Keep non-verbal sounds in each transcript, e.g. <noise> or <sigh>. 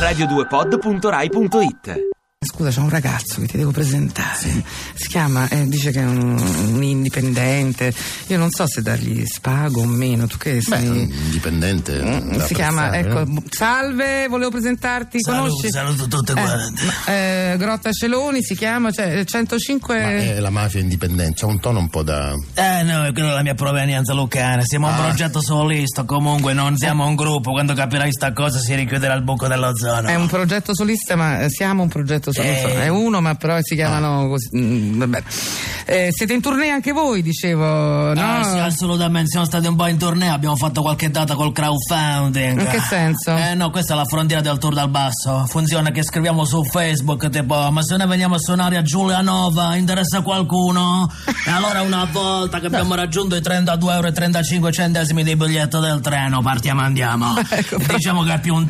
radio2pod.rai.it Eh, Scusa, c'è un ragazzo che ti devo presentare. Si chiama, eh, dice che è un, un indipendente. Io non so se dargli spago o meno. Tu che Beh, sei. indipendente. eh? da si chiama, apprezzare, ecco, no? bu- salve, volevo presentarti, conosci? saluto tutte Eh, ma- eh, Grotta Celoni si chiama, cioè eh, 105 Ma eh, è la mafia indipendente, c'è un tono un po' da. Eh no, è quella è la mia provenienza lucana. Siamo un progetto solisto, comunque non siamo un gruppo. Quando capirai sta cosa si richiuderà il buco dell'ozono. È un progetto solista, ma eh, siamo un progetto solista. Eh. È uno, ma però si chiamano così. mm, vabbè. Eh, siete in tournée anche voi, dicevo, no? Eh, sì, assolutamente, siamo stati un po' in tournée, abbiamo fatto qualche data col crowdfunding. In che senso? Eh no, questa è la frontiera del tour dal basso. Funziona che scriviamo su Facebook tipo, ma se noi veniamo a suonare a Giulianova, interessa qualcuno? E allora una volta che abbiamo raggiunto i 32,35 euro di biglietto del treno, partiamo <laughs> e andiamo. Ecco, diciamo che è più un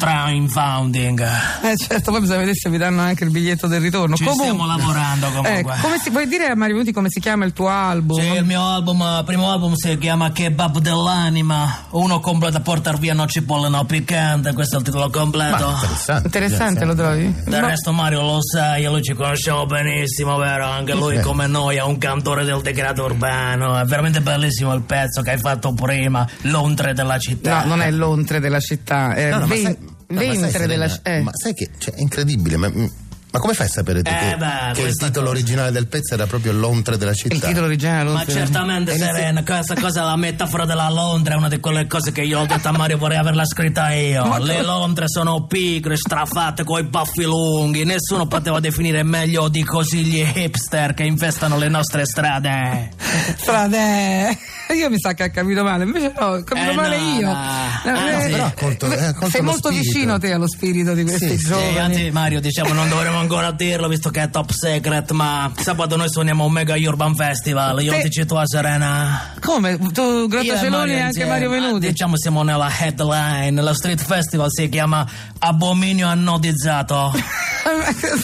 crowdfunding. Eh, certo, poi bisogna vedere se vi danno anche il biglietto del ritorno. Ci Comunque- stiamo lavorando Eh, comunque. come si, vuoi dire a Mario Venuti come si chiama il tuo album? Sì, il mio album, eh, primo album si chiama Kebab dell'anima. Uno completo da portar via noci polleno piccante, questo è il titolo completo. Interessante. Interessante, lo trovi? Del resto Mario lo sa, io e lui ci conosciamo benissimo, vero? Anche lui come noi è un cantore del degrado urbano. È veramente bellissimo il pezzo che hai fatto prima, Londra della città. No, non è l'ontre della città, è No, no, ma ven- sai- no, ma sai, ventre della Serena, città. Eh. Ma sai che cioè, è incredibile, ma, ma come fai a sapere tu Eh, che, beh, che il questa titolo originale del pezzo era proprio Lontre della città? Il titolo originale è Ma l'ontre. certamente Serena, questa cosa la metafora della Londra è una di quelle cose che io ho detto a Mario vorrei averla scritta io. Le Londre sono pigre, strafatte, coi baffi lunghi, nessuno poteva definire meglio di così gli hipster che infestano le nostre strade. Frate, <laughs> io mi sa che ha capito male, invece no, ho capito Eh, male no, io. no. Anzi, eh, però ha colto- eh, ha colto sei lo molto spirito. vicino te allo spirito di questi Sì, sì, giovani. Sì, anzi Mario diciamo non dovremmo ancora dirlo visto che è top secret ma sabato noi suoniamo un mega urban festival, io Sì. ti cito a Serena. Come? Tu Io e Grottaceloni e anche insieme. Mario Venuti. Ah, Diciamo siamo nella headline, lo street festival si chiama Abominio Annodizzato. <laughs>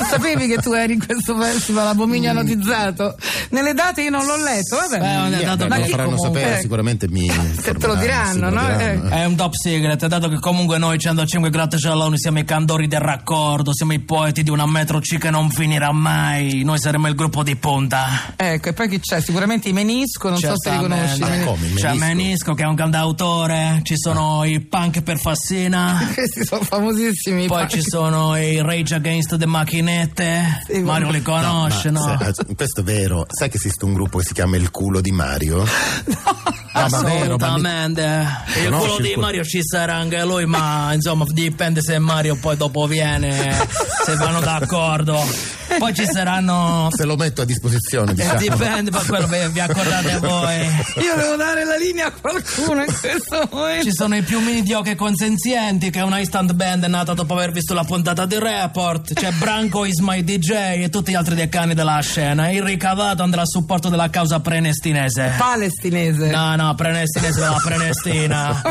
Sapevi che tu eri in questo festival abominio anotizzato? Nelle date io non l'ho letto, vabbè. Beh, ho Eh, dato beh, ma lo chi faranno comunque- sapere, eh, sicuramente mi. <laughs> te lo diranno, no? Eh. <laughs> È un top secret, dato che comunque noi 105 Grattacialoni siamo i cantori del raccordo, siamo i poeti di una metro C che non finirà mai, noi saremo il gruppo di punta. Ecco, e poi chi c'è? Sicuramente i menisco, non so se li Certamente. conosci. Ecco. Ah, come, il C'è Menisco? Ah. Menisco che è un cantautore, ci sono i punk per <laughs> Fassina, Questi sono famosissimi. poi ci sono i Rage Against the Macchinette, Sì, Mario li conosce, no? ah, questo è vero. Sai che esiste un gruppo che si chiama Il culo <laughs> di Mario? No, Ah, ma vero, ma mi- Assolutamente. Il Conosci culo il di culo? Mario ci sarà anche lui, ma <laughs> insomma dipende se Mario poi dopo viene, se vanno d'accordo. Poi ci <laughs> saranno... Eh, se lo metto a disposizione, diciamo. Dipende da quello che vi accordate voi. <laughs> Io devo dare la linea a qualcuno in questo momento. Ci sono i più mediocre consenzienti, che è una instant band nata dopo aver visto la puntata di Report. C'è Branco Is My DJ e tutti gli altri decani della scena. Il ricavato andrà a supporto della causa prenestinese. Palestinese. No, no, Prenestinese della Prenestina.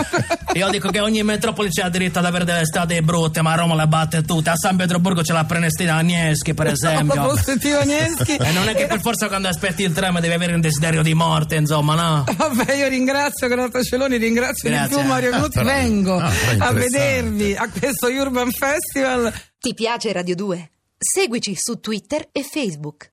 Io dico che ogni metropoli c'è il diritto ad avere delle strade brutte, ma a Roma le batte tutte. A San Pietroburgo c'è la Prenestina Agnieschi, per esempio. Proprio sentivo Agneschi. <laughs> E non è che per forza quando aspetti il tram devi avere un desiderio di morte, insomma, no? <laughs> Vabbè, io ringrazio Grattaceloni, ringrazio di Grazie. eh. più Mario Venuti. Vengo Ah, però a interessante. vedervi a questo Urban Festival. Ti piace Radio 2? Seguici su Twitter e Facebook.